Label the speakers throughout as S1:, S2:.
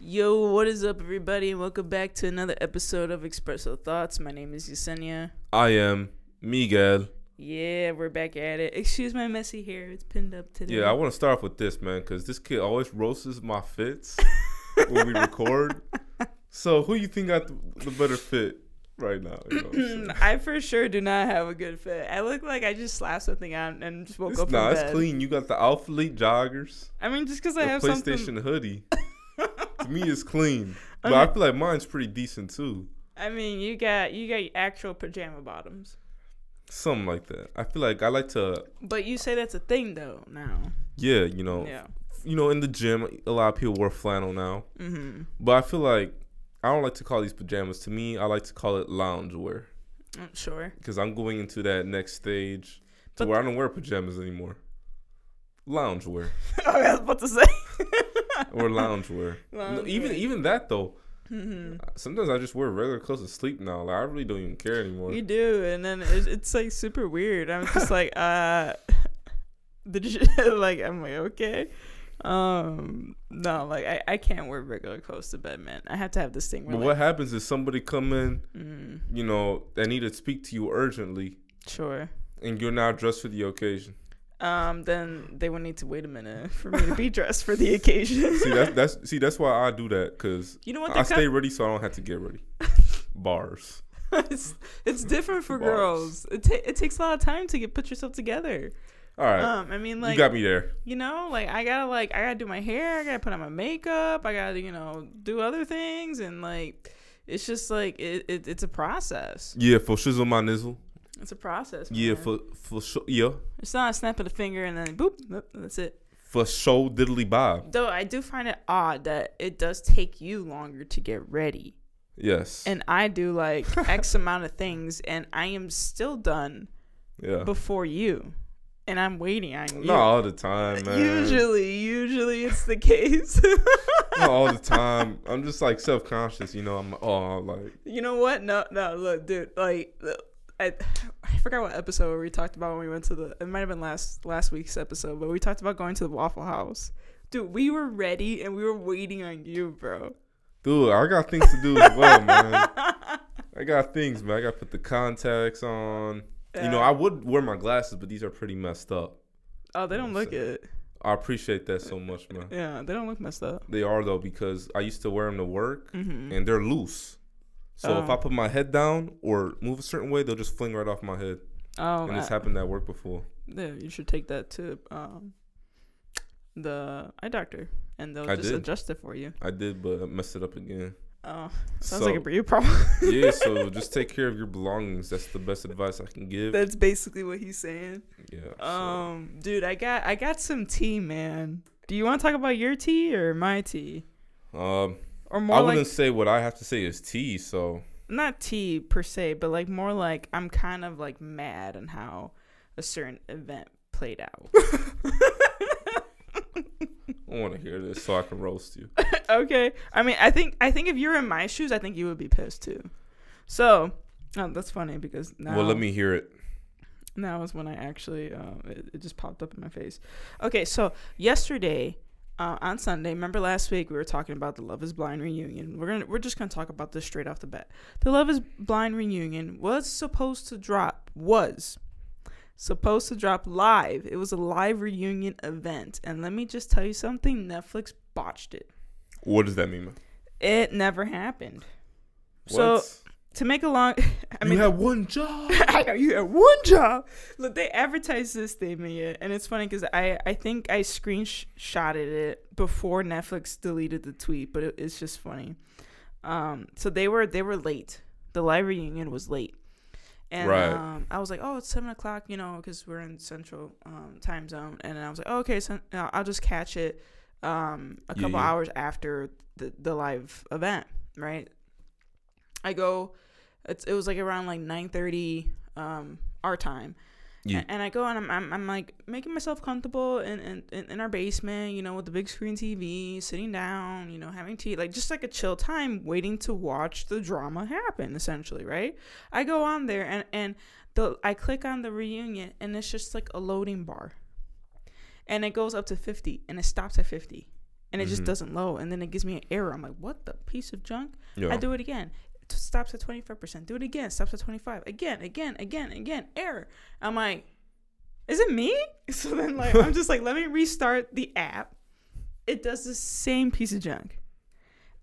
S1: Yo, what is up, everybody, and welcome back to another episode of Expresso Thoughts. My name is Yesenia.
S2: I am Miguel.
S1: Yeah, we're back at it. Excuse my messy hair; it's pinned up today.
S2: Yeah, I want to start off with this, man, because this kid always roasts my fits when we record. So, who you think got the, the better fit right now? You know what I'm saying?
S1: I for sure do not have a good fit. I look like I just slapped something on and just woke up
S2: it's,
S1: from
S2: nah, it's
S1: bed.
S2: clean. You got the Alpha Elite joggers,
S1: I mean, just because
S2: the
S1: I have
S2: PlayStation
S1: something.
S2: hoodie. to me, it's clean, but I feel like mine's pretty decent too.
S1: I mean, you got you got actual pajama bottoms,
S2: Something like that. I feel like I like to,
S1: but you say that's a thing though now.
S2: yeah, you know,
S1: Yeah.
S2: you know, in the gym, a lot of people wear flannel now.
S1: Mm-hmm.
S2: But I feel like I don't like to call these pajamas. To me, I like to call it lounge wear
S1: Mm, Sure.
S2: because I'm going into that next stage to
S1: But
S2: where I don't wear pajamas anymore. Lounge wear
S1: Oh, I was about to say.
S2: or lounge wear. No,
S1: Lounge
S2: even e-
S1: wear.
S2: even that though.
S1: Mhm.
S2: Sometimes I just wear regular clothes to sleep now. Like I really don't even care anymore.
S1: You do, and then it, it's like super weird. I'm just like, uh, the like I'm like okay, um, no, like I, I can't wear regular clothes to bed, man. I have to have this thing where
S2: But what happens is somebody come in,
S1: like, mm,
S2: you know, they need to speak to you urgently,
S1: sure.
S2: and you're not dressed for the occasion.
S1: Um, then they would need to wait a minute for me to be dressed for the occasion.
S2: See that's that's see that's why I do that because
S1: you know what?
S2: I
S1: They're
S2: stay ready so I don't have to get ready. Bars.
S1: it's, it's different for
S2: Bars.
S1: girls. It ta- it takes a lot of time to get put yourself together.
S2: All right,
S1: Um, I mean, like
S2: you got me there.
S1: you know like i gotta like i gotta do my hair i gotta put on my makeup i gotta you know do other things and like it's just like it, it it's a process
S2: Yeah, for shizzle my nizzle.
S1: it's a process
S2: Yeah,
S1: man.
S2: for for sure. Yeah,
S1: it's not a snap of the finger and then boop nope, that's it
S2: for sure. Diddly bob.
S1: though i do find it odd that it does take you longer to get ready
S2: Yes.
S1: and i do like x amount of things and i am still done
S2: yeah.
S1: before you and i'm waiting on you
S2: Not all the time, man.
S1: usually usually it's the case
S2: Not all the time. I'm just like self conscious, you know. I'm oh like
S1: You know what? No, no, look, dude. Like, I, I forgot what episode we talked about when we went to the. It might have been last last week's episode, but we talked about going to the Waffle House. Dude, we were ready and we were waiting on you, bro.
S2: dude. I got things to do as well, man. I got things, man. I got to put the contacts on. You know,
S1: Yeah.
S2: I would wear my glasses, but these are pretty messed up.
S1: Uh, Oh, they don't look
S2: Listen.
S1: it.
S2: I appreciate that so much, man.
S1: Yeah, they don't look messed up.
S2: They are though because I used to wear them to work,
S1: Mhm.
S2: and they're loose. So if
S1: Oh.
S2: I put my head down or move a certain way, they'll just fling right off my head.
S1: Oh,
S2: and it's
S1: I-
S2: happened at work before.
S1: yeah, you should take that to um, the eye doctor, and they'll
S2: I
S1: just
S2: did.
S1: adjust it for you.
S2: I did, but I messed it up again.
S1: Oh, sounds
S2: so,
S1: like a breed problem.
S2: yeah, so just take care of your belongings. That's the best advice I can give.
S1: That's basically what he's saying.
S2: yeah. so-
S1: Um, dude, I got I got some tea, man. Do you want to talk about your tea or my tea,
S2: um,
S1: or
S2: I
S1: more
S2: wouldn't
S1: like
S2: say what I have to say is tea. So
S1: not tea per se, but like more like I'm kind of like mad on how a certain event played out.
S2: I want to hear this so I can roast you.
S1: okay, I mean, I think I think if you were in my shoes, I think you would be pissed too. So, oh, that's funny because now
S2: Well, let me hear it.
S1: And that was when I actually, uh, it, it just popped up in my face. Okay, so yesterday, uh, on Sunday, remember last week we were talking about the Love Is Blind reunion. We're gonna, we're just gonna talk about this straight off the bat. The Love Is Blind reunion was supposed to drop, was supposed to drop live. It was a live reunion event, and let me just tell you something: Netflix botched it.
S2: What does that mean? man?
S1: It never happened. So
S2: What?
S1: to make a long, I
S2: you
S1: mean,
S2: have one job.
S1: I know you had one job. Look, they advertised this thing, Mia, and it's funny because I I think I screenshotted it before Netflix deleted the tweet, but it, it's just funny. Um, so they were they were late. The live reunion was late, and
S2: Right.
S1: um, I was like, oh, it's seven o'clock, you know, because we're in Central um, time zone, and I was like, oh, okay, so uh, I'll just catch it um, a
S2: Yeah,
S1: couple
S2: yeah.
S1: hours after the the live event, right? I go it's, it was like around like 9.30 um our time
S2: Yeah.
S1: A- and i go and i'm, I'm, I'm like making myself comfortable in, in in in our basement you know with the big screen tv sitting down you know having tea like just like a chill time waiting to watch the drama happen essentially right i go on there and and the i click on the reunion and it's just like a loading bar and it goes up to 50 and it stops at 50 and it just
S2: Mhm.
S1: doesn't load. And then it gives me an error. I'm like, what the piece of junk?
S2: Yeah.
S1: I do it again. It stops at 25%. Do it again. Stops at 25. Again, again, again, again. Error. I'm like, is it me? So then like I'm just like, let me restart the app. It does the same piece of junk.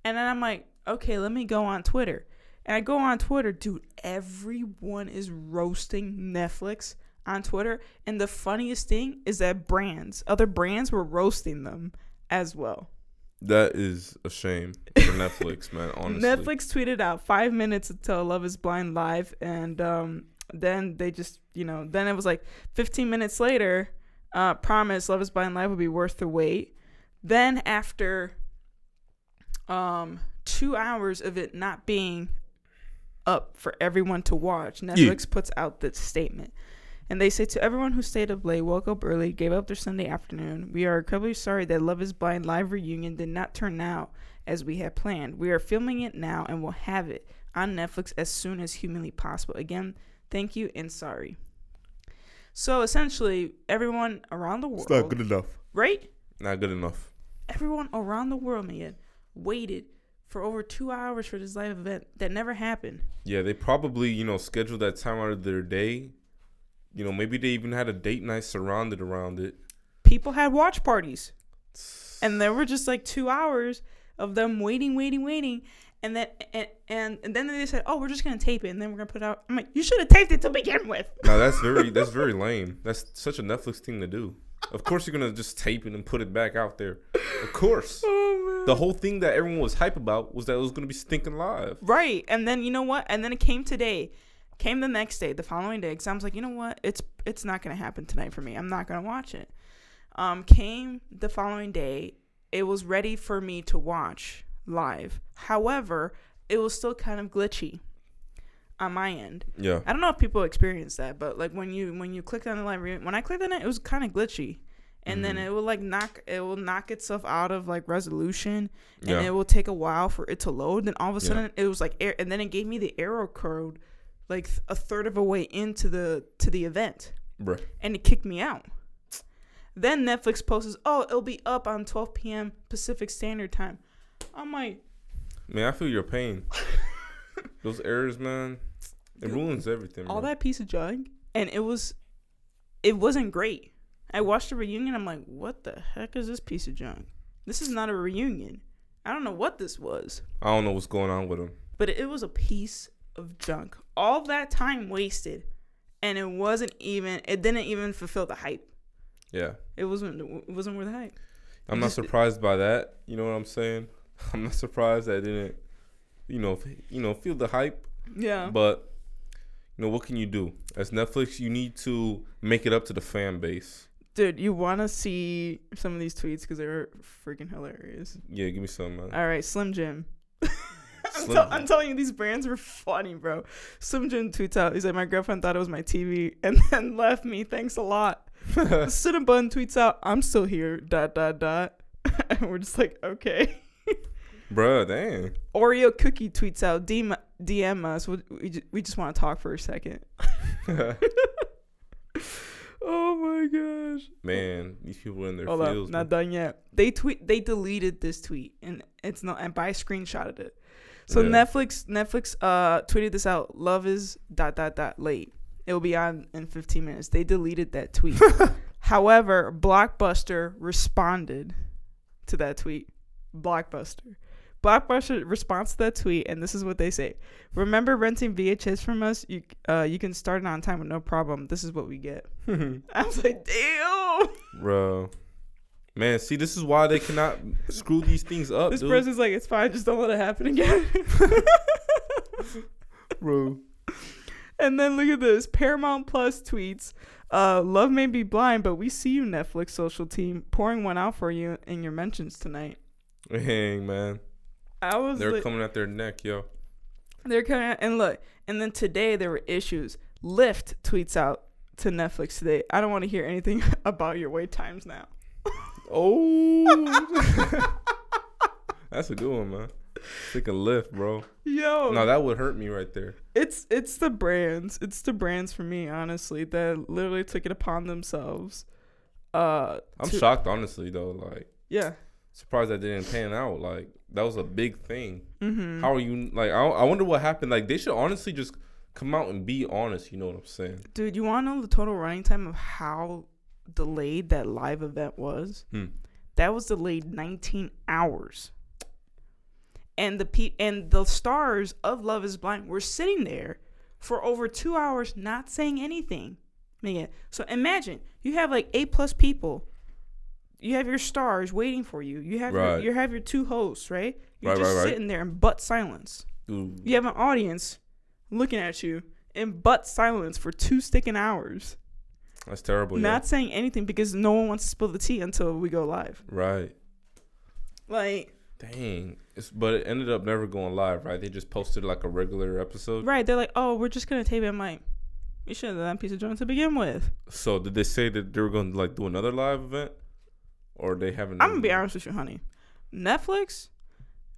S1: And then I'm like, okay, let me go on Twitter. And I go on Twitter, dude, everyone is roasting Netflix on Twitter. And the funniest thing is that brands, other brands were roasting them as well.
S2: That is a shame for Netflix, man. Honestly,
S1: Netflix tweeted out five minutes until Love is Blind live, and um, then they just, you know, then it was like 15 minutes later, uh, promise Love is Blind live will be worth the wait. Then after um, two hours of it not being up for everyone to watch, Netflix puts out this statement. And they say to everyone who stayed up late, woke up early, gave up their Sunday afternoon, we are incredibly sorry that Love is Blind live reunion did not turn out as we had planned. We are filming it now and will have it on Netflix as soon as humanly possible. Again, thank you and sorry. So essentially, everyone around the world,
S2: It's not good enough.
S1: right?
S2: Not good enough.
S1: Everyone around the world, man, waited for over two hours for this live event that never happened.
S2: Yeah, they probably you know scheduled that time out of their day. You know, maybe they even had a date night surrounded around it.
S1: People had watch parties. and there were just like two hours of them waiting, waiting, waiting, and then and, and and then they said, "Oh, we're just gonna tape it, and then we're gonna put it out." I'm like, "You should have taped it to begin with."
S2: Now that's very that's very lame. That's such a Netflix thing to do. Of course you're gonna just tape it and put it back out there. Of course. The whole thing that everyone was hype about was that it was gonna be stinking live.
S1: Right, and then you know what? And then it came today, came the next day, the following day. Because I was like, you know what? It's it's not gonna happen tonight for me. I'm not gonna watch it. Um, came the following day. It was ready for me to watch live. However, it was still kind of glitchy on my end.
S2: Yeah.
S1: I don't know if people experience that, but like when you when you clicked on the live re- when I clicked on it, it was kind of glitchy, and then
S2: Mm-hmm.
S1: it will like knock it will knock itself out of like resolution, and
S2: Yeah.
S1: it will take a while for it to load. Then all of a
S2: Yeah.
S1: sudden, it was like air, and then it gave me the arrow code, like th- a third of a way into the to the event,
S2: Bruh.
S1: and it kicked me out. Then Netflix posts, "Oh, it'll be up on 12 p.m. Pacific Standard Time." I'm like,
S2: Man, I feel your pain. Those errors, man, it
S1: Dude,
S2: ruins everything.
S1: all
S2: bro.
S1: that piece of junk and it was it wasn't great i watched the reunion i'm like what the heck is this piece of junk this is not a reunion i don't know what this was
S2: I don't know what's going on with them.
S1: but it was a piece of junk all that time wasted and it wasn't even it didn't even fulfill the hype
S2: Yeah.
S1: it wasn't it wasn't worth the hype
S2: I'm
S1: It
S2: not
S1: just-
S2: surprised by that. You know what I'm saying? I'm not surprised that I didn't, you know, f- you know, feel the hype.
S1: yeah
S2: But you know, what can you do? As Netflix, you need to make it up to the fan base.
S1: dude you want to see some of these tweets because they're freaking hilarious
S2: Yeah, give me some, uh, man.
S1: All right, Slim Jim. I'm,
S2: Slim
S1: tell-
S2: Jim.
S1: I'm telling you, these brands were funny, bro. Slim Jim tweets out, he's like, my girlfriend thought it was my TV and then left me. Thanks a lot. Cinnabon tweets out, I'm still here, dot, dot, dot. and we're just like, okay.
S2: Bruh, damn.
S1: Oreo Cookie tweets out, DM, DM us. We, we, ju- we just want to talk for a second. oh my gosh.
S2: Man, these people in their
S1: Hold
S2: fields.
S1: up, not done yet. They tweet, they deleted this tweet, and it's not. And I screenshotted it. So
S2: Yeah.
S1: Netflix, Netflix, uh, tweeted this out. Love is dot dot dot late. It will be on in 15 minutes. They deleted that tweet. However, Blockbuster responded to that tweet. Blockbuster. Blockbuster responds to that tweet, and this is what they say: "Remember renting VHS from us? You uh, you can start it on time with no problem. This is what we get."
S2: man.
S1: I was like, "Damn!"
S2: Bro. Man, see, this is why they cannot screw these things up,
S1: This
S2: dude.
S1: person's like, it's fine, just don't let it happen again.
S2: bro.
S1: and then look at this Paramount Plus tweets uh, Love may be blind, but we see you, Netflix social team, pouring one out for you in your mentions tonight.
S2: Dang, man.
S1: I was
S2: They're
S1: like,
S2: coming at their neck, yo.
S1: they're coming out, and look, and then today there were issues. Lyft tweets out to Netflix today, I don't want to hear anything about your wait times now.
S2: Oh. That's a good one, man. Take a lift, bro.
S1: Yo,
S2: No, that would hurt me right there.
S1: it's it's the brands it's the brands for me honestly that literally took it upon themselves uh
S2: I'm
S1: to-
S2: shocked, honestly, though. Like,
S1: yeah
S2: surprised that didn't pan out. Like that was a big thing.
S1: Mm-hmm.
S2: How are you? Like I, I wonder what happened. Like they should honestly just come out and be honest. You know what I'm saying?
S1: Dude, you want to know the total running time of how delayed that live event was?
S2: Hmm.
S1: That was delayed 19 hours. And the pe- and the stars of Love Is Blind were sitting there for over two hours, not saying anything. Megan, So imagine you have like eight plus people. You have your stars waiting for you. You have
S2: Right.
S1: your, you have your two hosts, right? You're
S2: Right,
S1: just
S2: right, right.
S1: sitting there in butt silence
S2: Dude,
S1: you have an audience looking at you in butt silence for two sticking hours,
S2: that's terrible. yo.
S1: not saying anything because no one wants to spill the tea until we go live.
S2: right.
S1: Like,
S2: Dang. It's, but it ended up never going live, right? They just posted like a regular episode.
S1: right? They're like, "Oh, we're just gonna tape it." I'm like, "You should have done that piece of joint to begin with."
S2: So did they say that they were going to like do another live event, or they haven't?
S1: I'm gonna be honest with you, honey. Netflix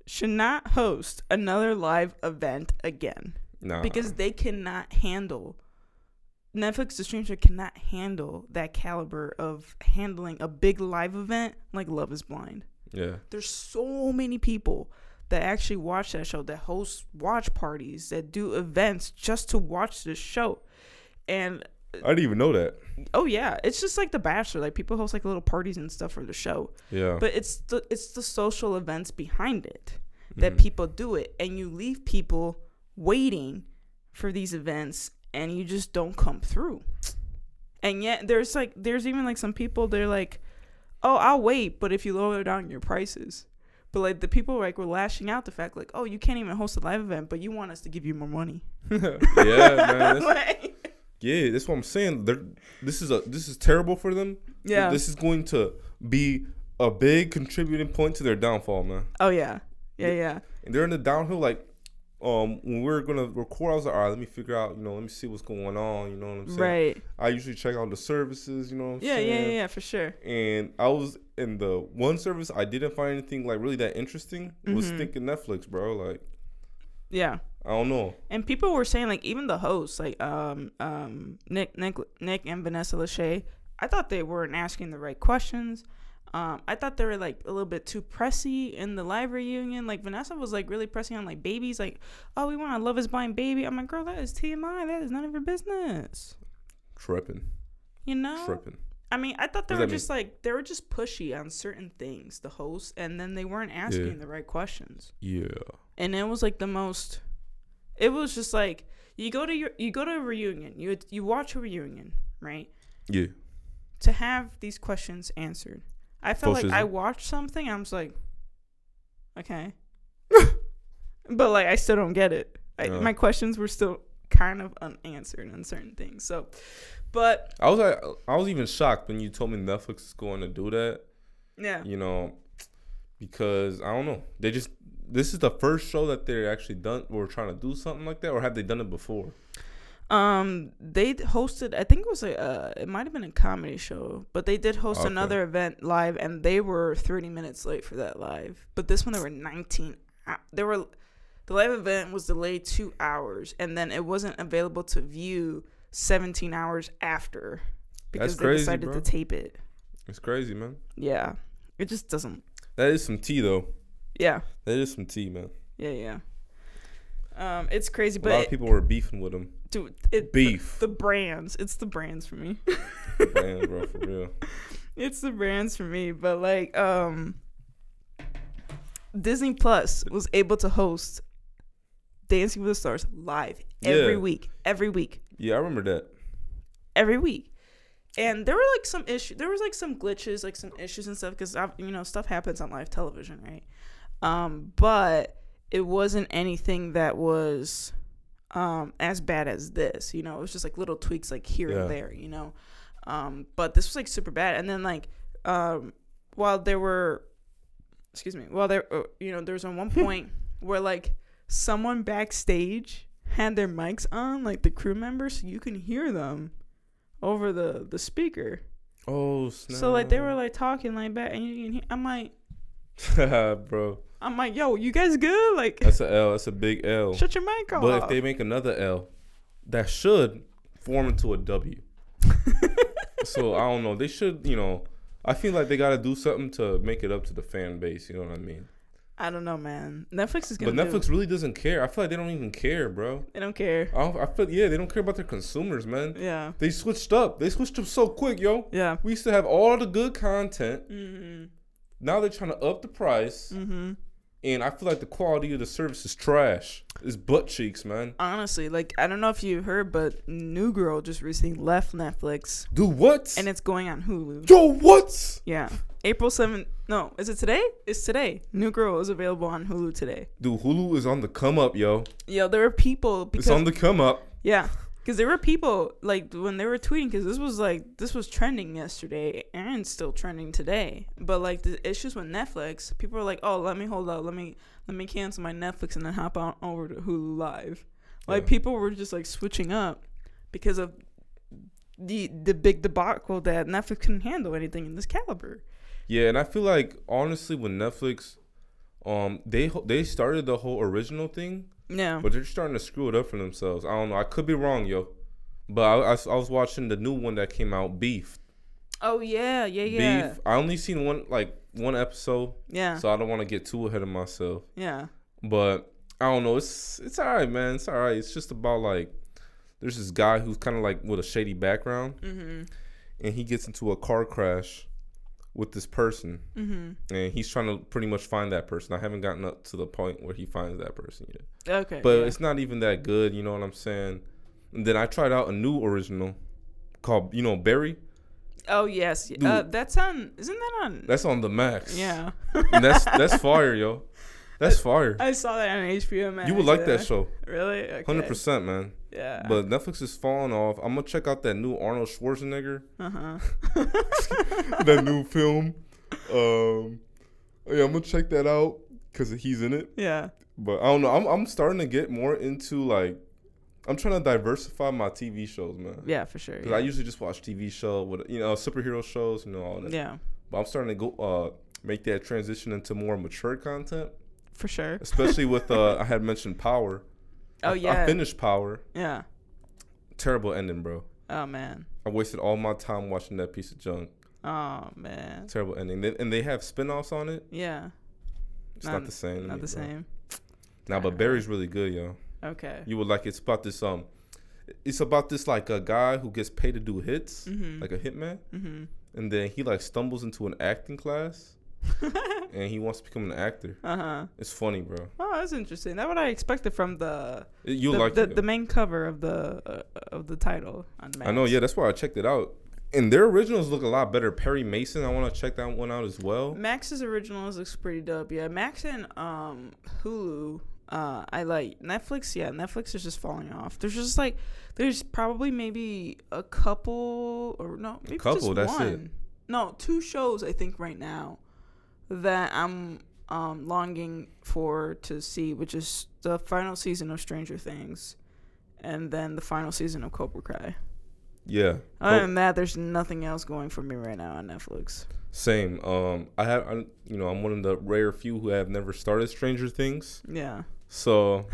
S1: should not host another live event again
S2: Nah.
S1: because they cannot handle. Netflix, the streamer, cannot handle that caliber of handling a big live event like Love Is Blind.
S2: yeah.
S1: there's so many people that actually watch that show that host watch parties that do events just to watch this show and
S2: I didn't even know that.
S1: oh yeah it's just like the bachelor like people host like little parties and stuff for the show
S2: Yeah.
S1: but it's the it's the social events behind it that people do it and you leave people waiting for these events and you just don't come through and yet there's like there's even like some people they're like oh i'll wait but if you lower down your prices but like the people like were lashing out the fact like oh you can't even host a live event but you want us to give you more money
S2: yeah, man. That's,
S1: Like,
S2: yeah, that's what I'm saying. They're, this is a this is terrible for them.
S1: yeah
S2: This is going to be a big contributing point to their downfall, man.
S1: oh yeah yeah yeah
S2: and they're in the downhill like um when we we're gonna record i was like all right let me figure out you know let me see what's going on you know what i'm saying
S1: right
S2: i usually check out the services you know what i'm
S1: yeah yeah
S2: saying
S1: yeah for sure
S2: and i was in the one service i didn't find anything like really that interesting was
S1: Mm-hmm.
S2: thinking netflix bro like
S1: yeah
S2: i don't know
S1: And people were saying like even the hosts like um um Nick Nick Nick and Vanessa Lachey, I thought they weren't asking the right questions. Um, I thought they were like a little bit too pressy in the live reunion. Like Vanessa was like really pressing on like babies, like oh we want to love is blind baby. I'm like girl that is TMI, that is none of your business.
S2: tripping
S1: You know.
S2: tripping
S1: I mean, I thought they
S2: What
S1: were
S2: does that
S1: just like they were just pushy on certain things, the hosts, and then they weren't asking the right questions
S2: yeah
S1: and it was like the most it was just like you go to your you go to a reunion you you watch a reunion right
S2: yeah
S1: to have these questions answered i felt like i
S2: Fascism.
S1: watched something i was like okay but like i still don't get it I,
S2: Yeah.
S1: my questions were still kind of unanswered on certain things so but
S2: i was like i was even shocked when you told me netflix is going to do that
S1: yeah
S2: you know, because I don't know. They just this is the first show that they're actually done or trying to do something like that, or have they done it before?
S1: Um, they d- hosted. I think it was a. Uh, it might have been a comedy show, but they did host
S2: Okay.
S1: another event live, and they were thirty minutes late for that live. But this one, they were nineteen. hou- They were. The live event was delayed two hours, and then it wasn't available to view seventeen hours after because they
S2: crazy,
S1: decided
S2: bro.
S1: to tape it.
S2: It's crazy, man.
S1: Yeah, it just doesn't.
S2: That is some tea though.
S1: Yeah,
S2: That is some tea, man.
S1: yeah, yeah. Um, it's crazy,
S2: A lot of
S1: but
S2: people were beefing with them.
S1: dude, it,
S2: Beef.
S1: the brands. It's the brands for me.
S2: Man, bro, for real.
S1: it's the brands for me but like um disney plus was able to host dancing with the stars live every
S2: Yeah.
S1: week every week
S2: Yeah, I remember that.
S1: every week and there were like some issues there was like some glitches like some issues and stuff because you know stuff happens on live television right um but it wasn't anything that was um as bad as this you know it was just like little tweaks like here
S2: Yeah.
S1: and there you know um but this was like super bad and then like um while there were excuse me while there uh, you know there was on one point where like someone backstage had their mics on like the crew members so you can hear them over the the speaker
S2: Oh snap!
S1: so like they were like talking like back and you can hear i'm like
S2: bro,
S1: i'm like yo you guys good like
S2: that's a L. That's a big L.
S1: shut your mic off
S2: But if they make another L, that should form into a W. so I don't know. They should, you know, I feel like they gotta do something to make it up to the fan base. You know what I mean?
S1: I don't know, man. Netflix is gonna.
S2: But
S1: do
S2: Netflix
S1: it.
S2: really doesn't care. I feel like they don't even care, bro.
S1: they don't care.
S2: I, don't, I feel yeah, they don't care about their consumers, man.
S1: Yeah,
S2: They switched up. They switched up so quick, yo.
S1: yeah.
S2: We used to have all the good content.
S1: Mm-hmm.
S2: Now they're trying to up the price,
S1: mm-hmm.
S2: and I feel like the quality of the service is trash. It's butt cheeks, man.
S1: Honestly, like I don't know if you heard, but New Girl just recently left Netflix,
S2: Dude, what?
S1: and it's going on Hulu.
S2: Yo, what?
S1: Yeah, April seventh. No, is it today? It's today. New Girl is available on Hulu today.
S2: Dude, Hulu is on the come up, yo.
S1: Yo, there were people because
S2: It's on the come up.
S1: Yeah, because there were people like when they were tweeting, because this was like this was trending yesterday and still trending today. But like the issues with Netflix, people were like, "Oh, let me hold up, let me let me cancel my Netflix and then hop on over to Hulu Live." Like
S2: Yeah.
S1: people were just like switching up because of the the big debacle that Netflix couldn't handle anything in this caliber.
S2: Yeah, and I feel like honestly, with Netflix, um, they ho- they started the whole original thing,
S1: Yeah,
S2: but they're starting to screw it up for themselves. I don't know. I could be wrong, yo. But I, I s- I was watching the new one that came out, Beef.
S1: oh yeah, yeah, yeah,
S2: Beef. I only seen one like one episode,
S1: yeah,
S2: so I don't want to get too ahead of myself.
S1: yeah.
S2: But I don't know. It's it's all right, man. It's all right. It's just about like there's this guy who's kind of like with a shady background,
S1: Mhm.
S2: and he gets into a car crash with this person,
S1: Mhm.
S2: and he's trying to pretty much find that person. I haven't gotten up to the point where he finds that person yet,
S1: Okay.
S2: but
S1: yeah.
S2: it's not even that good. You know what I'm saying? And then I tried out a new original called you know Barry.
S1: oh yes, uh,
S2: Dude.
S1: that's on. Isn't that on?
S2: That's on the max.
S1: yeah.
S2: and that's that's fire, yo. That's fire.
S1: I saw that on HBO Max.
S2: You would like
S1: yeah.
S2: that show,
S1: Really? Okay.
S2: hundred percent, man.
S1: Yeah.
S2: But Netflix is falling off. I'm gonna check out that new Arnold Schwarzenegger,
S1: uh-huh.
S2: that new film. Um, yeah, I'm gonna check that out because he's in it.
S1: Yeah.
S2: But I don't know. I'm I'm starting to get more into like, I'm trying to diversify my TV shows, man.
S1: Yeah, for sure.
S2: Because
S1: Yeah.
S2: I usually just watch TV show with you know superhero shows, you know all that.
S1: yeah.
S2: But I'm starting to go uh make that transition into more mature content,
S1: For sure.
S2: especially with uh I had mentioned Power.
S1: Oh
S2: I,
S1: yeah.
S2: I finished Power.
S1: yeah.
S2: Terrible ending, bro.
S1: Oh man.
S2: I wasted all my time watching that piece of junk.
S1: Oh man.
S2: Terrible ending. They, and they have spin-offs on it.
S1: Yeah.
S2: It's
S1: Not-
S2: not, the same. to
S1: Not
S2: me,
S1: the
S2: bro.
S1: same.
S2: Nah, but Barry's really good, yo.
S1: Okay.
S2: You would like it. It's about this um it's about this like a guy who gets paid to do hits,
S1: Mhm.
S2: like a hitman,
S1: Mhm.
S2: and then he like stumbles into an acting class and he wants to become an actor.
S1: Uh huh.
S2: It's funny, bro.
S1: Oh, that's interesting. That's what I expected from the
S2: It- You'll
S1: the,
S2: like
S1: the,
S2: it. yo.
S1: the main cover of the uh, of the title on Max.
S2: I know, yeah, that's why I checked it out. And their originals look a lot better. Perry Mason, I want to check that one out as well.
S1: Max's originals looks pretty dope. Yeah, Max and um Hulu. Uh, I like Netflix. Yeah, Netflix is just falling off. There's just like, there's probably maybe a couple or no, maybe
S2: couple,
S1: Just
S2: that's it.
S1: one. No, two shows I think right now that I'm um longing for to see, which is the final season of Stranger Things, and then the final season of Cobra Kai.
S2: Yeah.
S1: Other than that, there's nothing else going for me right now on Netflix.
S2: Same. Um, I have, I, you know, I'm one of the rare few who have never started Stranger Things,
S1: Yeah,
S2: so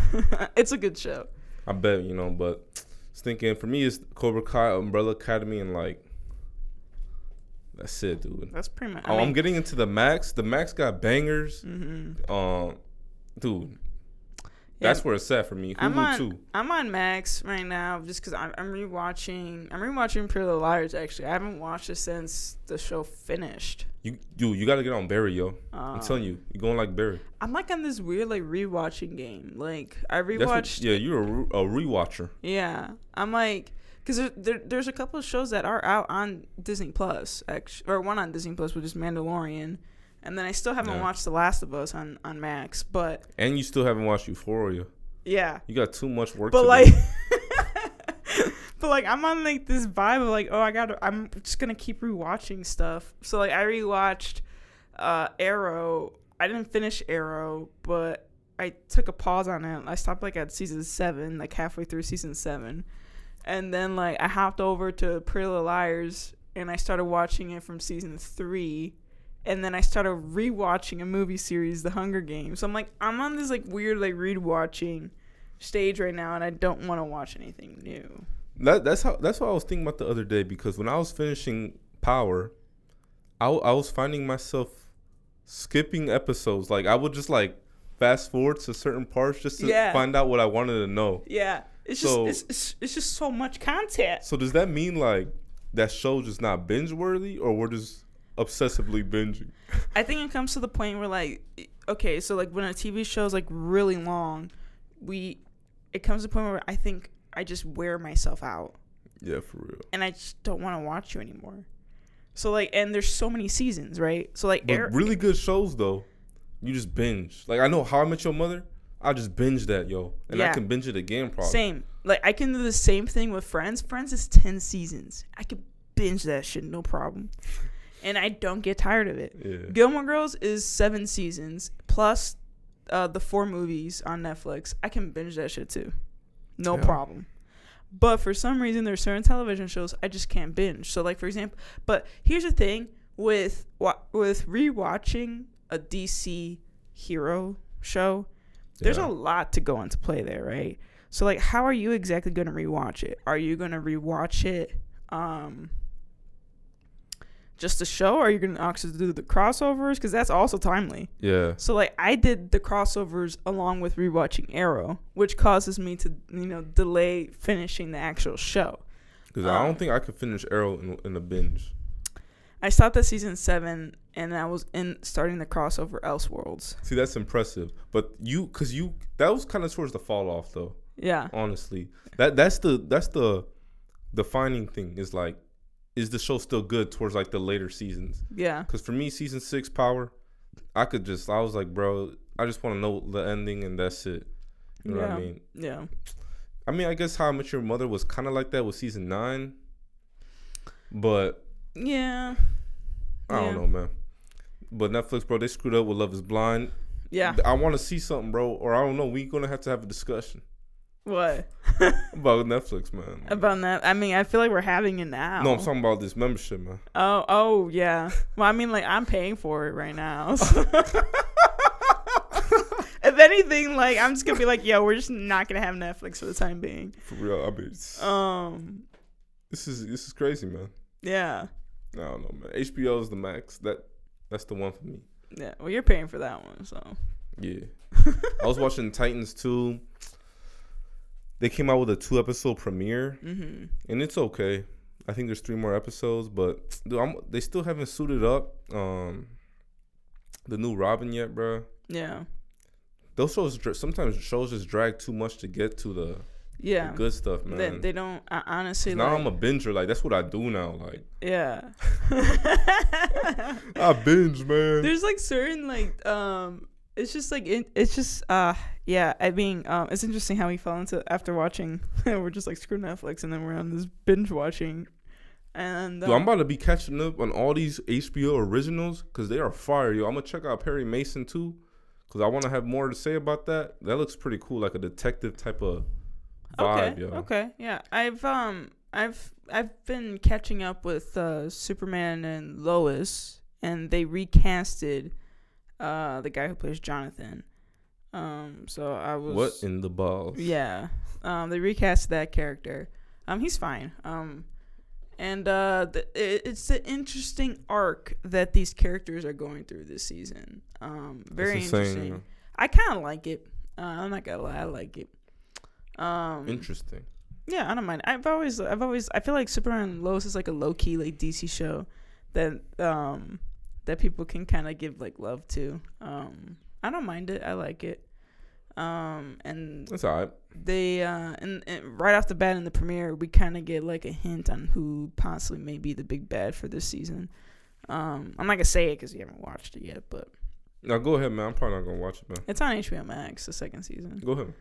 S1: it's a good show.
S2: I bet you know. But it's thinking for me, it's Cobra Kai, Umbrella Academy, and like that's it, dude.
S1: That's pretty much.
S2: I am Oh, getting into the Max. The Max got bangers.
S1: hmm
S2: Um, dude, that's where it's at for me.
S1: I'm
S2: Hulu
S1: on.
S2: too.
S1: I'm on Max right now just because I'm, I'm rewatching. I'm rewatching Pretty Little Liars. Actually, I haven't watched it since the show finished.
S2: You, dude, you got to get on Barry, yo.
S1: Um,
S2: I'm telling you, you're going like Barry.
S1: I'm like on this weird like rewatching game. Like I
S2: That's what-
S1: rewatched.
S2: yeah, you're a, re- a rewatcher.
S1: yeah. I'm like because there, there, there's a couple of shows that are out on Disney Plus, actually, or one on Disney Plus, which is Mandalorian, and then I still haven't
S2: Yeah.
S1: watched The Last of Us on on Max. But
S2: And you still haven't watched Euphoria.
S1: yeah,
S2: You got too much work. to
S1: but
S2: do.
S1: like but like i'm on like this vibe of like oh i gotta i'm just gonna keep rewatching stuff so like i rewatched uh arrow i didn't finish arrow but i took a pause on it i stopped like at season seven like halfway through season seven and then like i hopped over to pretty Little liars and i started watching it from season three and then I started rewatching a movie series, The Hunger Games. So I'm like, I'm on this like weird like rewatching stage right now and I don't want to watch anything new.
S2: That, that's how. That's what I was thinking about the other day because when I was finishing Power, I, w- I was finding myself skipping episodes. Like I would just like fast forward to certain parts just to
S1: Yeah.
S2: find out what I wanted to know.
S1: Yeah. It's
S2: So-
S1: just it's, it's, it's just so much content.
S2: So does that mean like that show's just not binge worthy, or we're just obsessively binging?
S1: I think it comes to the point where like okay, so like when a TV show is like really long, we it comes to the point where I think I just wear myself out
S2: Yeah, for real.
S1: and I just don't want to watch you anymore. So like and there's so many seasons, right? So like
S2: But
S1: Air,
S2: really good shows though, you just binge. Like I know How I Met Your Mother, I just binge that yo, and I
S1: Yeah.
S2: can binge it again probably.
S1: same. Like I can do the same thing with Friends. Friends is 10 seasons. I could binge that shit no problem. And I don't get tired of it.
S2: Yeah.
S1: Gilmore Girls is 7 seasons plus uh, the four movies on Netflix. I can binge that shit too. No
S2: Yeah.
S1: problem. But for some reason there's certain television shows I just can't binge. So like for example, but here's the thing with wa- with rewatching a DC hero show, there's
S2: Yeah.
S1: a lot to go into play there, right? So like how are you exactly going to rewatch it? Are you going to rewatch it um just the show or are you going to actually do the crossovers cuz that's also timely.
S2: Yeah.
S1: So like I did the crossovers along with rewatching Arrow, which causes me to, you know, delay finishing the actual show.
S2: Because I
S1: Um,
S2: don't think I could finish Arrow in, in a binge.
S1: I stopped at season 7 and I was in starting the crossover Elseworlds.
S2: See, that's impressive. But you, because you, that was kind of towards the fall off though.
S1: Yeah.
S2: Honestly, that that's the that's the defining thing is like, is the show still good towards like the later seasons?
S1: Yeah.
S2: Because for me, season six power, I could just I was like, bro, I just want to know the ending and that's it. You know what I
S1: Yeah.
S2: mean?
S1: Yeah.
S2: I mean, I guess How I Met Your Mother was kind of like that with season nine, but
S1: Yeah.
S2: I
S1: Yeah.
S2: don't know, man. But Netflix, bro, they screwed up with Love Is Blind.
S1: Yeah.
S2: I want to see something, bro, or I don't know. We gonna have to have a discussion
S1: What?
S2: about Netflix, man.
S1: About that. I mean, I feel like we're having it now.
S2: no, I'm talking about this membership, man.
S1: Oh, oh yeah. Well, I mean, like I'm paying for it right now. so- if anything, like I'm just gonna be like, yo, we're just not gonna have Netflix for the time being.
S2: For real, I mean, it's-
S1: Um,
S2: this is this is crazy, man.
S1: yeah,
S2: I don't know, man. HBO is the max. That that's the one for me.
S1: yeah. Well, you're paying for that one, so
S2: Yeah, I was watching Titans two. They came out with a two episode premiere,
S1: mm-hmm.
S2: and it's okay. I think there's three more episodes, but dude, I'm, they still haven't suited up um the new Robin yet, bro.
S1: yeah,
S2: Those shows dr- sometimes shows just drag too much to get to the the
S1: yeah.
S2: good stuff, man.
S1: They, they don't. I honestly,
S2: now
S1: like,
S2: I'm a binger. Like that's what I do now. Like
S1: yeah.
S2: I binge, man.
S1: There's like certain like um. It's just like it, it's just uh yeah I mean um it's interesting how we fell into after watching we're just like screw Netflix and then we're on this binge watching and
S2: Dude,
S1: um,
S2: I'm about to be catching up on all these HBO originals because they are fire, yo. I'm gonna check out Perry Mason too, because I want to have more to say about that. That looks pretty cool, like a detective type of vibe,
S1: okay
S2: yo.
S1: okay yeah I've um I've I've been catching up with uh, Superman and Lois and they recasted uh the guy who plays Jonathan um so I was
S2: What in the balls?
S1: Yeah. Um, they recast that character. Um, he's fine. Um, and uh, the, it, it's an interesting arc that these characters are going through this season. Um,
S2: That's
S1: very
S2: insane,
S1: interesting.
S2: yo.
S1: I kind of like it. Uh, I'm not gonna lie, I like it. Um,
S2: Interesting.
S1: yeah, I don't mind. I've always, I've always, I feel like Superman and Lois is like a low key like DC show that um that people can kind of give like love to. Um, I don't mind it. I like it. Um, and
S2: That's alright.
S1: they uh and, and right off the bat in the premiere we kind of get like a hint on who possibly may be the big bad for this season um i'm not gonna say it because you haven't watched it yet but
S2: Now go ahead, man. I'm probably not gonna watch it, man.
S1: it's on hbo max the second season
S2: Go ahead.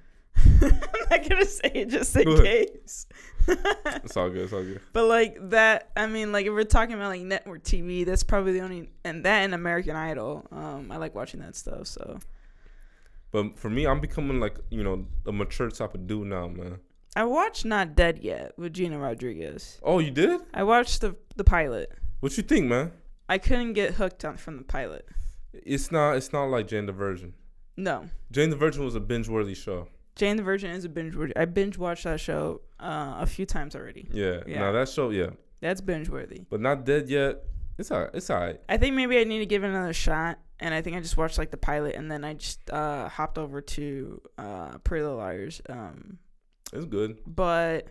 S1: i'm not gonna say it just in
S2: Go ahead.
S1: case
S2: It's all good. It's all good.
S1: but like that i mean like if we're talking about like network tv that's probably the only and that and american idol um i like watching that stuff so
S2: But for me, I'm becoming like you know a mature type of dude now, man.
S1: i watched not dead yet with gina rodriguez
S2: Oh, you did?
S1: i watched the the pilot
S2: What you think, man?
S1: i couldn't get hooked on from the pilot
S2: It's not. It's not like Jane the Virgin.
S1: no
S2: Jane the Virgin was a binge-worthy show.
S1: Jane the Virgin is a binge worthy. I binge watched that show uh, a few times already.
S2: Yeah.
S1: Yeah.
S2: Now that show, yeah,
S1: That's binge worthy.
S2: but not dead yet. It's all. It's all right.
S1: I think maybe I need to give it another shot. And I think I just watched like the pilot, and then I just uh, hopped over to uh, Pretty Little Liars. Um,
S2: It's good.
S1: but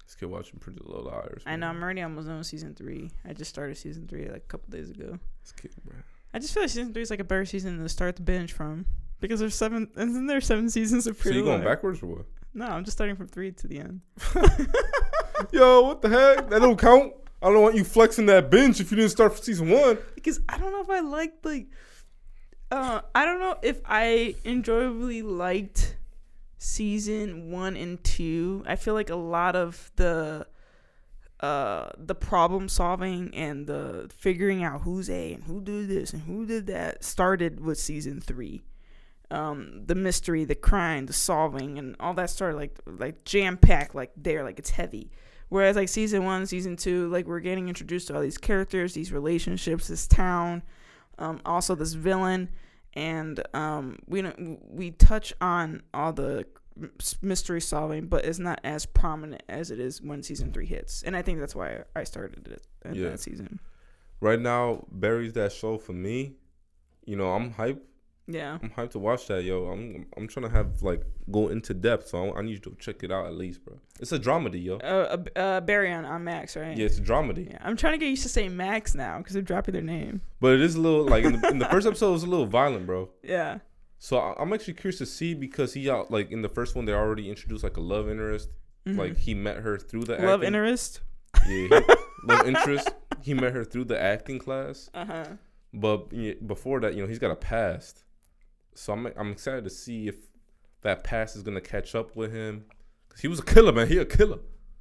S2: Let's keep watching Pretty Little Liars.
S1: I know
S2: man.
S1: I'm already almost done with season three. I just started season three like a couple days ago.
S2: Let's keep, bro.
S1: I just feel like season three is like a better season to start the binge from because there's seven. Isn't there seven seasons of
S2: So
S1: Pretty
S2: you
S1: Little
S2: going
S1: Liars?
S2: backwards or what?
S1: No, I'm just starting from three to the end.
S2: Yo, what the heck? That don't count. I don't want you flexing that bench if you didn't start for season one.
S1: because I don't know if I liked like uh I don't know if I enjoyably liked season 1 and 2. I feel like a lot of the uh the problem solving and the figuring out who's A and who did this and who did that started with season 3. Um, the mystery, the crime, the solving, and all that started like like jam packed, like there, like it's heavy. Whereas like season one, season two, like we're getting introduced to all these characters, these relationships, this town, um, also this villain, and um, we don't we touch on all the s- mystery solving, but it's not as prominent as it is when season three hits. And I think that's why I started it at
S2: Yeah.
S1: that season.
S2: Right now, Barry's that show for me. You know, I'm hyped.
S1: Yeah,
S2: I'm hyped to watch that, yo. I'm I'm trying to have like go into depth, so I, I need you to check it out at least, bro. It's a dramedy, yo.
S1: uh, uh, uh, Barry on, on Max, right?
S2: Yeah, it's a dramedy.
S1: Yeah, I'm trying to get used to saying Max now because they're dropping their name.
S2: But it is a little like in the, in the first episode, it was a little violent, bro.
S1: Yeah.
S2: So I, I'm actually curious to see because he out like in the first one they already introduced like a love interest.
S1: Mhm.
S2: Like he met her through the
S1: love
S2: acting.
S1: interest.
S2: Yeah, he- love interest. He met her through the acting class,
S1: Uh huh.
S2: but yeah, before that, you know, he's got a past. So I'm I'm excited to see if that past is gonna catch up with him, cause he was a killer, man. He a killer.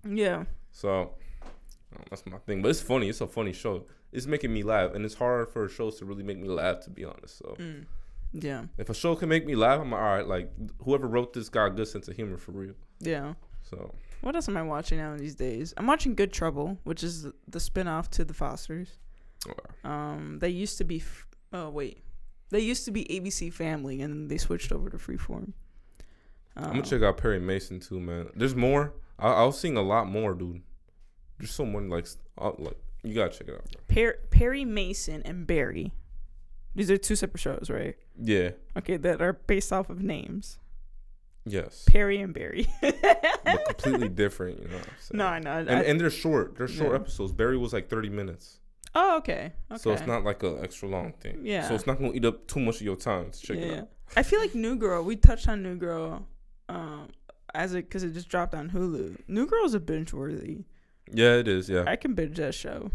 S1: Yeah.
S2: So um, that's my thing. But it's funny. It's a funny show. It's making me laugh, and it's hard for shows to really make me laugh, to be honest. So
S1: Mm. Yeah.
S2: if a show can make me laugh, I'm like, all right. Like whoever wrote this got a good sense of humor for real.
S1: Yeah.
S2: So
S1: What else am I watching now these days? I'm watching Good Trouble, which is th- the spin-off to The Fosters.
S2: uh,
S1: Um, they used to be, f- oh wait, they used to be ABC Family, and then they switched over to Freeform. Um,
S2: I'm gonna check out Perry Mason too, man. There's more. I, I was seeing a lot more, dude. There's so many like, s- uh, like you gotta check it out. Bro.
S1: Per- Perry Mason and Barry. These are two separate shows, right?
S2: Yeah.
S1: Okay, that are based off of names.
S2: Yes.
S1: Perry and Barry.
S2: But completely different, you know. What I'm saying?
S1: no, I know. I-
S2: And, and they're short. They're short
S1: Yeah.
S2: episodes. Barry was like 30 minutes,
S1: oh, okay. Okay.
S2: so it's not like an extra long thing.
S1: Yeah.
S2: So it's not gonna eat up too much of your time. So check it out.
S1: I feel like New Girl. We touched on New Girl, um, as it because it just dropped on Hulu. New Girl is a binge worthy.
S2: Yeah, it is. Yeah.
S1: I can binge that show.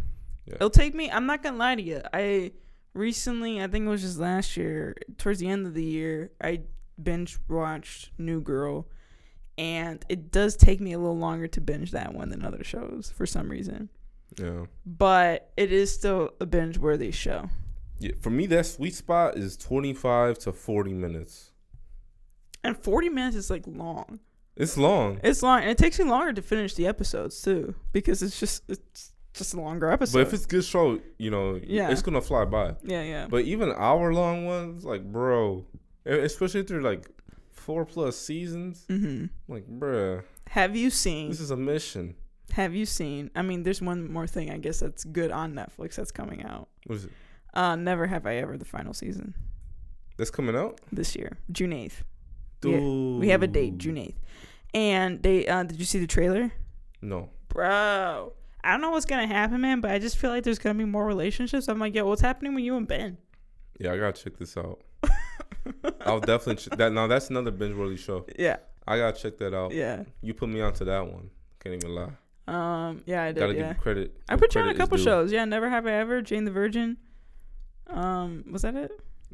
S2: Yeah.
S1: It'll take me. I'm not gonna lie to you. I recently, I think it was just last year, towards the end of the year, I binge watched New Girl, and it does take me a little longer to binge that one than other shows for some reason.
S2: yeah.
S1: But it is still a binge worthy show.
S2: Yeah. For me, that sweet spot is 25 to 40 minutes.
S1: And 40 minutes is like long.
S2: It's long.
S1: It's long, and it takes me longer to finish the episodes too because it's just it's just a longer episode.
S2: But if it's good show, you know,
S1: Yeah.
S2: it's gonna fly by.
S1: yeah, yeah,
S2: But even hour long ones, like bro, e- especially if they're like four plus seasons,
S1: mm-hmm.
S2: like bruh,
S1: Have you seen?
S2: this is a mission.
S1: Have you seen? I mean, there's one more thing I guess that's good on Netflix that's coming out.
S2: What is it?
S1: Uh, Never Have I Ever, the final season
S2: That's coming out,
S1: this year, June 8th.
S2: dude.
S1: We have a date, June 8th. And they, uh, did you see the trailer?
S2: No,
S1: Bro, I don't know what's going to happen, man, but I just feel like there's going to be more relationships. I'm like, yo, what's happening with you and Ben?
S2: yeah, I gotta check this out. I'll definitely ch- that. Now that's another binge worthy show.
S1: Yeah,
S2: I gotta check that out.
S1: yeah.
S2: You put me onto that one. Can't even lie.
S1: Um, yeah, I did.
S2: gotta
S1: yeah.
S2: give you credit.
S1: I
S2: where
S1: put you on a
S2: credit is
S1: couple
S2: due.
S1: shows. Yeah, Never Have I Ever, Jane the Virgin. Um, was that it?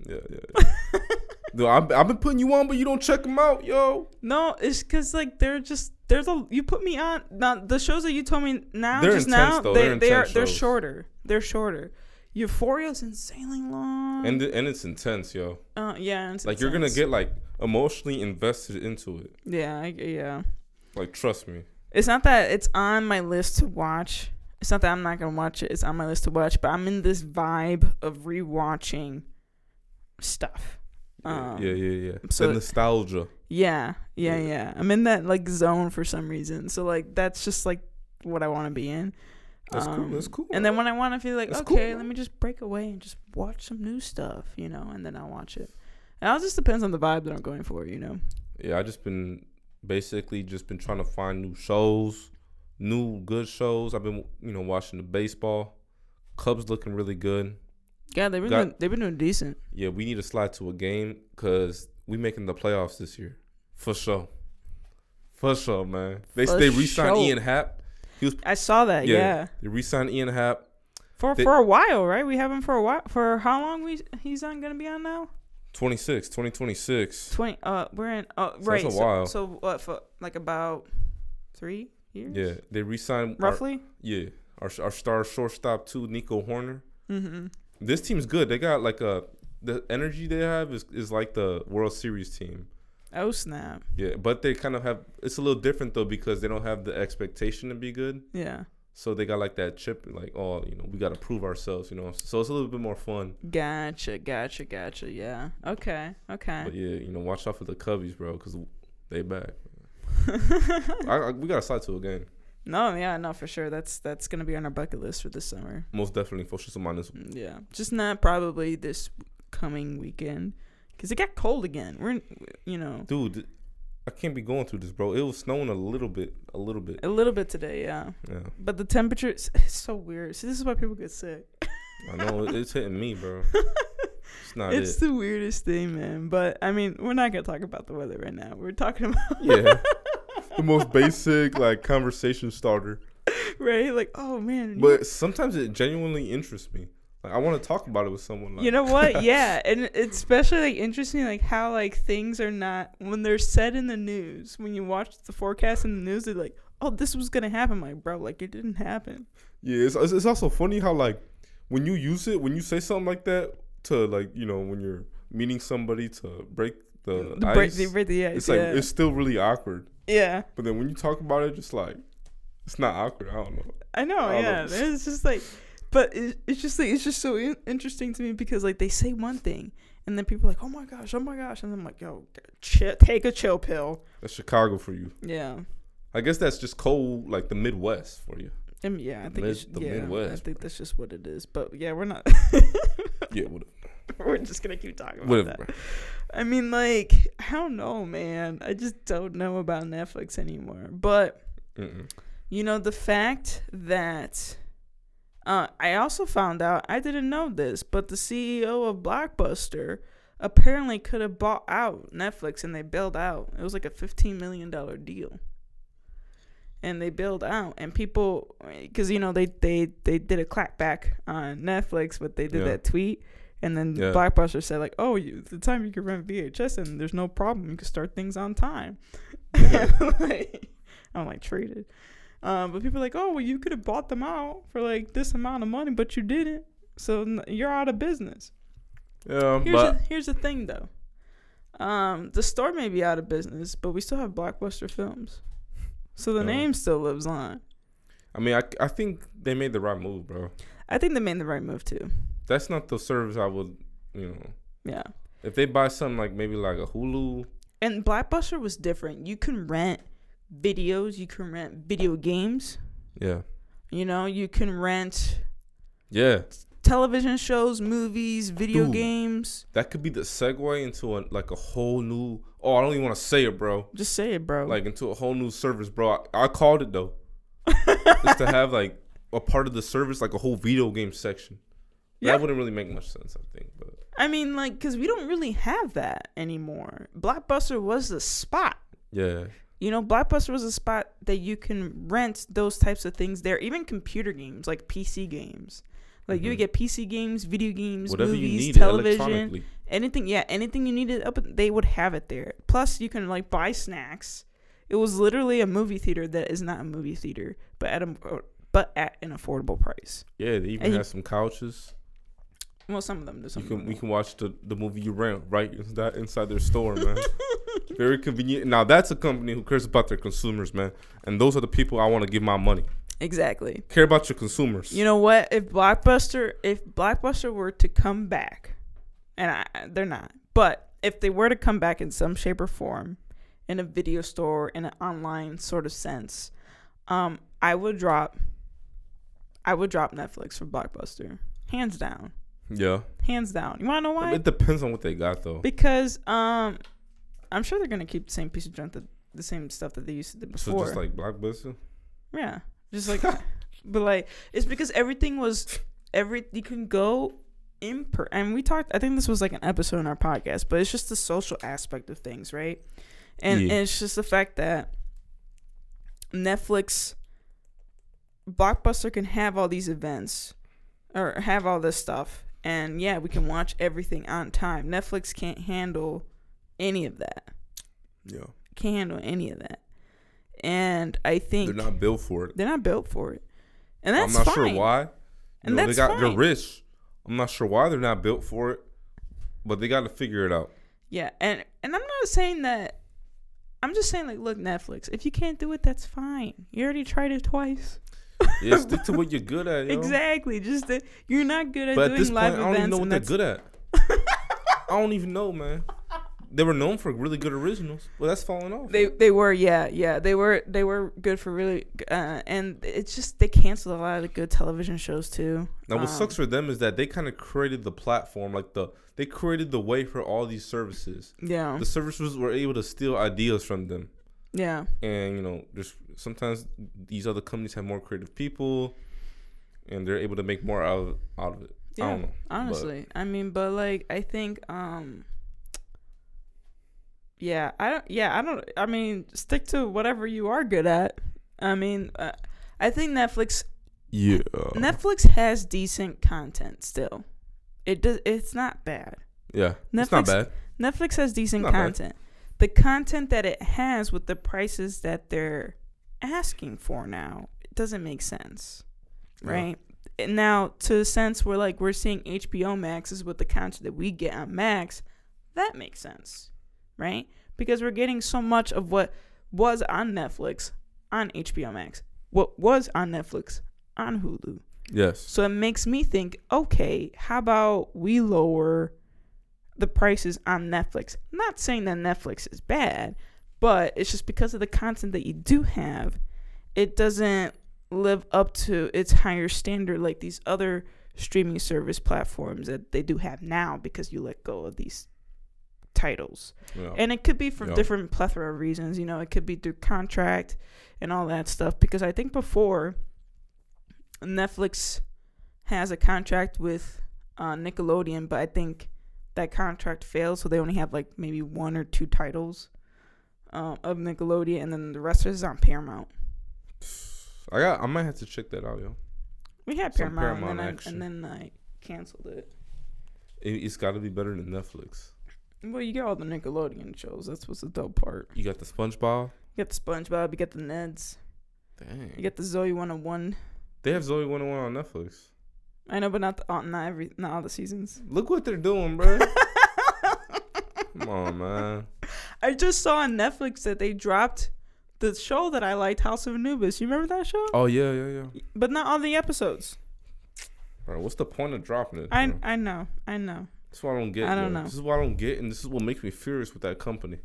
S2: Yeah, yeah. yeah. Dude, I've, I've been putting you on, but you don't check them out, yo.
S1: No, it's because like they're just there's a you put me on now the shows that you told me now
S2: They're
S1: just
S2: intense,
S1: now
S2: though.
S1: they
S2: They're
S1: they are
S2: intense
S1: they're
S2: shows.
S1: shorter they're shorter. Euphoria's insanely long.
S2: And and it's intense, yo.
S1: uh, yeah, and it's
S2: Like you're gonna
S1: intense.
S2: get like emotionally invested into it.
S1: yeah I, yeah.
S2: Like trust me.
S1: It's not that it's on my list to watch. It's not that I'm not gonna watch it. It's on my list to watch, but I'm in this vibe of rewatching stuff.
S2: Yeah,
S1: Um,
S2: yeah, yeah, yeah.
S1: so-
S2: the nostalgia.
S1: Yeah, yeah,
S2: Yeah.
S1: yeah. I'm in that like zone for some reason. So like that's just like what I want to be in.
S2: That's cool.
S1: Um,
S2: That's cool.
S1: And then when I want to feel like,
S2: That's cool,
S1: okay,
S2: man.
S1: let me just break away and just watch some new stuff, you know, and then I'll watch it. And it all just depends on the vibe that I'm going for, you know.
S2: yeah, I just been basically just been trying to find new shows, new good shows. I've been you know watching the baseball. Cubs looking really good.
S1: Yeah, they've been
S2: Got-
S1: doing, they've been doing decent.
S2: Yeah, we need to slide to a game because we making the playoffs this year for sure. For sure, man. They
S1: For
S2: they re-signed
S1: sure.
S2: Ian Happ.
S1: I saw that. Yeah,
S2: they re-signed Ian Happ.
S1: for
S2: They-
S1: for a while, right? We have him for a while. For how long we he's on gonna be on now?
S2: 26, 2026.
S1: Twenty. Uh, we're in. Uh,
S2: that's
S1: right.
S2: a
S1: so-
S2: while.
S1: So, what for? Like about three years.
S2: Yeah, they re-signed our-
S1: Roughly.
S2: yeah, our our star shortstop too, Nico Horner.
S1: Mm-hmm.
S2: This team's good. They got like a the energy they have is is like the World Series team.
S1: Oh snap.
S2: Yeah, but they kind of have it's a little different though because they don't have the expectation to be good.
S1: Yeah.
S2: So they got like that chip, like oh, you know, we got to prove ourselves, you know. So it's a little bit more fun.
S1: Gotcha. Gotcha. Gotcha. Yeah. Okay. Okay.
S2: But yeah, you know, watch out for the Cubbies, bro, because they back. I, I, we got to slide to a game,
S1: No, yeah, no, for sure. That's that's gonna be on our bucket list for this summer.
S2: most definitely for sure. Someone is-
S1: Mm, Yeah, just not probably this coming weekend because it got cold again. We're, in, you know,
S2: dude. I can't be going through this, bro. It was snowing a little bit, a little bit.
S1: a little bit today, yeah.
S2: Yeah,
S1: But the temperature it's it's so weird. See, this is why people get sick.
S2: I know it- it's hitting me, bro. It's not
S1: it's
S2: it.
S1: the weirdest thing, man. But I mean, we're not gonna talk about the weather right now. We're talking about
S2: yeah, the most basic like conversation starter.
S1: right, like, oh man, you-
S2: But sometimes it genuinely interests me. Like I want to talk about it with someone. Like,
S1: you know what? yeah, and it's especially like interesting, like how like things are not when they're said in the news. When you watch the forecast in the news, they're like, "Oh, this was gonna happen," like, bro, like it didn't happen.
S2: Yeah, it's, it's it's also funny how like when you use it, when you say something like that to like you know when you're meeting somebody to break the,
S1: The
S2: ice,
S1: break, they break the ice.
S2: Uh, it's like
S1: yeah.
S2: it's still really awkward.
S1: yeah,
S2: But then when you talk about it, just like it's not awkward. I don't know.
S1: I know.
S2: I don't
S1: yeah,
S2: know.
S1: it's just like, but it, it's just like it's just so in- interesting to me because like they say one thing. And then people are like, oh my gosh, oh my gosh. And I'm like, yo, chill, take a chill pill.
S2: That's Chicago for you.
S1: Yeah.
S2: I guess that's just cold, like the Midwest for you.
S1: I mean, yeah, I
S2: The
S1: think it's,
S2: Mid- the
S1: yeah, I
S2: Midwest,
S1: think that's just what it is. But yeah, we're not,
S2: Yeah, whatever.
S1: we're just going to keep talking about that.
S2: whatever bro.
S1: I mean, like, I don't know, man. I just don't know about Netflix anymore. But,
S2: Mm-mm.
S1: you know, the fact that uh, I also found out, I didn't know this, but the CEO of Blockbuster apparently could have bought out Netflix and they bailed out. It was like a $15 million deal. And they bailed out, and people, because you know they they they did a clapback on Netflix, but they did
S2: Yeah.
S1: that tweet, and then
S2: Yeah.
S1: Blockbuster said like, "Oh, you, the time you can rent VHS, and there's no problem, you can start things on time." Like, I'm like traded, um, but people are like, "Oh, well, you could have bought them out for like this amount of money, but you didn't, so n- you're out of business."
S2: Yeah,
S1: Here's,
S2: but
S1: the, here's the thing, though. Um, the store may be out of business, but we still have Blockbuster Films, so the
S2: Yeah.
S1: name still lives on.
S2: I mean, I, I think they made the right move, bro.
S1: I think they made the right move too.
S2: That's not the service I would, you know,
S1: Yeah,
S2: if they buy something like maybe like a Hulu.
S1: and Blockbuster was different. You can rent videos, you can rent video games,
S2: Yeah.
S1: you know, you can rent
S2: Yeah.
S1: television shows, movies, video
S2: Dude.
S1: games.
S2: That could be the segue into a, like a whole new. Oh, I don't even want to say it, bro.
S1: Just say it, bro.
S2: Like into a whole new service, bro. I, I called it though. Just to have like a part of the service, like a whole video game section.
S1: Yeah.
S2: That wouldn't really make much sense, I think. But
S1: I mean, like, cause we don't really have that anymore. Blockbuster was the spot.
S2: yeah,
S1: You know, Blockbuster was a spot that you can rent those types of things there, even computer games, like PC games. Like you
S2: Mhm.
S1: would get PC games, video games,
S2: whatever
S1: movies,
S2: you need
S1: television,
S2: electronically.
S1: anything. Yeah, anything you needed up, they would have it there. Plus, you can like buy snacks. It was literally a movie theater that is not a movie theater, but at a but at an affordable price.
S2: Yeah, they even
S1: And you-
S2: have some couches.
S1: Well, some of them do. Some
S2: You
S1: of
S2: can
S1: them
S2: we
S1: don't.
S2: can watch the, the movie you rent right inside inside their store, man. Very convenient. Now that's a company who cares about their consumers, man. And those are the people I want to give my money.
S1: exactly.
S2: Care about your consumers.
S1: You know what? If Blockbuster, if Blockbuster were to come back, and I, they're not, but if they were to come back in some shape or form, in a video store, in an online sort of sense, um, I would drop I would drop Netflix for Blockbuster, hands down,
S2: Yeah.
S1: hands down. You wanna know why?
S2: It depends on what they got though.
S1: Because um, I'm sure they're gonna keep the same piece of junk that the same stuff that they used to do
S2: So
S1: before.
S2: just like blockbuster.
S1: yeah, just like, but like it's because everything was every you can go in per and we talked. I think this was like an episode in our podcast, but it's just the social aspect of things, right? And,
S2: Yeah.
S1: and it's just the fact that Netflix, Blockbuster can have all these events or have all this stuff, and yeah, we can watch everything on time. Netflix can't handle any of that
S2: Yeah.
S1: can't handle any of that. And I think
S2: They're not built for it.
S1: they're not built for it. And that's
S2: I'm not
S1: fine.
S2: sure why. You
S1: And
S2: know,
S1: that's
S2: they got they're
S1: fine.
S2: rich. I'm not sure why they're not built for it, but they got to figure it out.
S1: Yeah, and and I'm not saying that. I'm just saying like, look, Netflix. If you can't do it, that's fine. You already tried it twice.
S2: Yeah, stick to what you're good at. Yo.
S1: Exactly. Just that you're not good at
S2: But at
S1: doing
S2: this point,
S1: live
S2: I don't even
S1: events.
S2: know what
S1: and
S2: they're
S1: that's
S2: good at. I don't even know, man. They were known for really good originals. Well, that's falling off.
S1: They they were yeah yeah they were they were good for really uh, and it's just they canceled a lot of the good television shows too.
S2: Now, what
S1: Um,
S2: sucks for them is that they kind of created the platform, like the they created the way for all these services.
S1: Yeah
S2: The services were able to steal ideas from them,
S1: yeah
S2: and you know, there's sometimes these other companies have more creative people, and they're able to make more out of, out of it.
S1: yeah.
S2: I don't know. but-
S1: honestly i mean but like i think um yeah i don't yeah i don't i mean stick to whatever you are good at i mean uh, i think netflix
S2: Yeah.
S1: netflix has decent content still it does it's not bad
S2: yeah. It's not
S1: Netflix-
S2: bad.
S1: netflix has decent
S2: Not bad.
S1: content the content that it has with the prices that they're asking for now it doesn't make sense
S2: Yeah.
S1: right? And Now, to the sense where like we're seeing HBO Max is with the content that we get on Max, that makes sense, right? Because we're getting so much of what was on Netflix on HBO Max, what was on Netflix on Hulu.
S2: Yes.
S1: So it makes me think, okay, how about we lower the prices on Netflix? Not saying that Netflix is bad, but it's just because of the content that you do have, it doesn't live up to its higher standard like these other streaming service platforms that they do have now because you let go of these titles.
S2: Yeah.
S1: And it could be for
S2: Yeah.
S1: different plethora of reasons. You know, it could be through contract and all that stuff. Because I think before Netflix has a contract with uh, Nickelodeon, but I think that contract failed, so they only have like maybe one or two titles um, of Nickelodeon, and then the rest is on Paramount.
S2: I got. I might have to check that out, yo.
S1: We had
S2: Some
S1: Paramount,
S2: Paramount
S1: and, then
S2: action.
S1: I, and then I canceled it.
S2: It, it's got to be better than Netflix.
S1: Well, you get all the Nickelodeon shows. That's what's the dope part.
S2: You got the SpongeBob.
S1: You got the SpongeBob, you got the Neds,
S2: Dang.
S1: you got the Zoe 101.
S2: they have Zoe 101 on Netflix.
S1: I know, but not the, uh, not every not all the seasons.
S2: Look what they're doing, bro. Come on, man.
S1: I just saw on Netflix that they dropped the show that I liked, House of Anubis. You remember that show?
S2: Oh yeah, yeah, yeah.
S1: But not all the episodes.
S2: Bro, what's the point of dropping it?
S1: I
S2: bro?
S1: I know, I know.
S2: this is what I don't get.
S1: I don't
S2: yo.
S1: know.
S2: This is what I don't get, and this is what makes me furious with that company.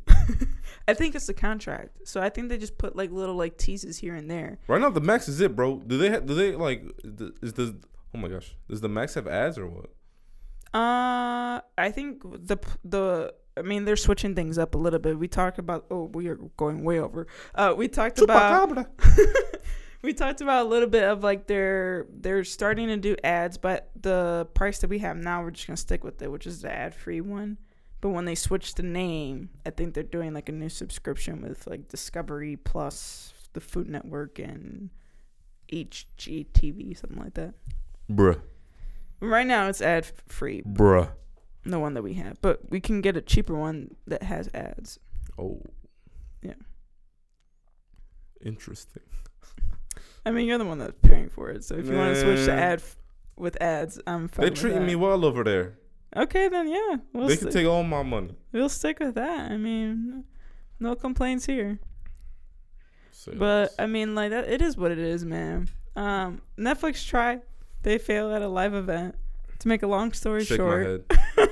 S1: I think it's the contract. So I think they just put like little like teases here and there.
S2: Right now, the Max is it, bro. Do they? Ha- do they like? th- Is the? Oh my gosh, does the Max have ads or what?
S1: Uh, I think the p- the I mean they're switching things up a little bit. We talked about oh we are going way over. Uh, we talked about
S2: Chupacabra.
S1: we talked about a little bit of like they're they're starting to do ads, but the price that we have now, we're just gonna stick with it, which is the ad free one. But when they switch the name, I think they're doing like a new subscription with like Discovery Plus, the Food Network, and HGTV, something like that.
S2: Bruh,
S1: Right now, it's ad free,
S2: bruh.
S1: the one that we have, but we can get a cheaper one that has ads.
S2: Oh.
S1: Yeah.
S2: Interesting.
S1: I mean, you're the one that's paying for it, so if you want to switch to
S2: Man.
S1: ad f- with ads, I'm fine.
S2: They're
S1: with
S2: treating
S1: that.
S2: me well over there.
S1: Okay, then yeah, we'll
S2: they
S1: see.
S2: can take all my money.
S1: We'll stick with that. I mean, no complaints here.
S2: So,
S1: But I mean, like that, it is what it is, man. Um, Netflix tried; they failed at a live event. To make a long story
S2: shake my
S1: short,
S2: head.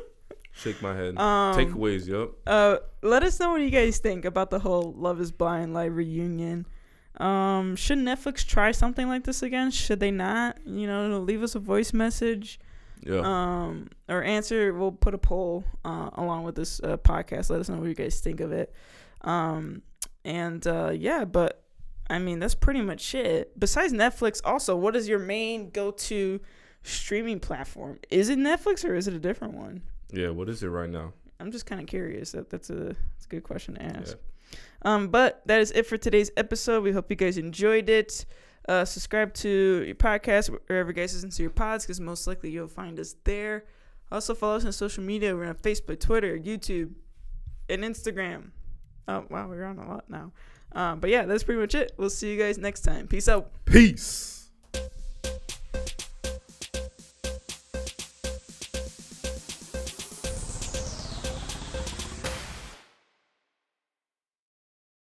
S2: shake my head.
S1: um,
S2: Takeaways, yep.
S1: uh, let us know what you guys think about the whole Love Is Blind live reunion. Um, should Netflix try something like this again? Should they not? You know, leave us a voice message
S2: Yeah.
S1: um, or answer. We'll put a poll uh, along with this uh, podcast. Let us know what you guys think of it. Um, and uh, yeah, but I mean, that's pretty much it. Besides Netflix, also, what is your main go to streaming platform? Is it Netflix or is it a different one?
S2: yeah. What is it right now?
S1: I'm just kind of curious. That that's a that's a good question to ask.
S2: Yeah.
S1: Um, but that is it for today's episode. We hope you guys enjoyed it. Uh, subscribe to your podcast wherever you guys listen to your pods, because most likely you'll find us there. Also follow us on social media. We're on Facebook, Twitter, YouTube, and Instagram. Oh wow, we're on a lot now. Um, but yeah, that's pretty much it. We'll see you guys next time. Peace out.
S2: Peace.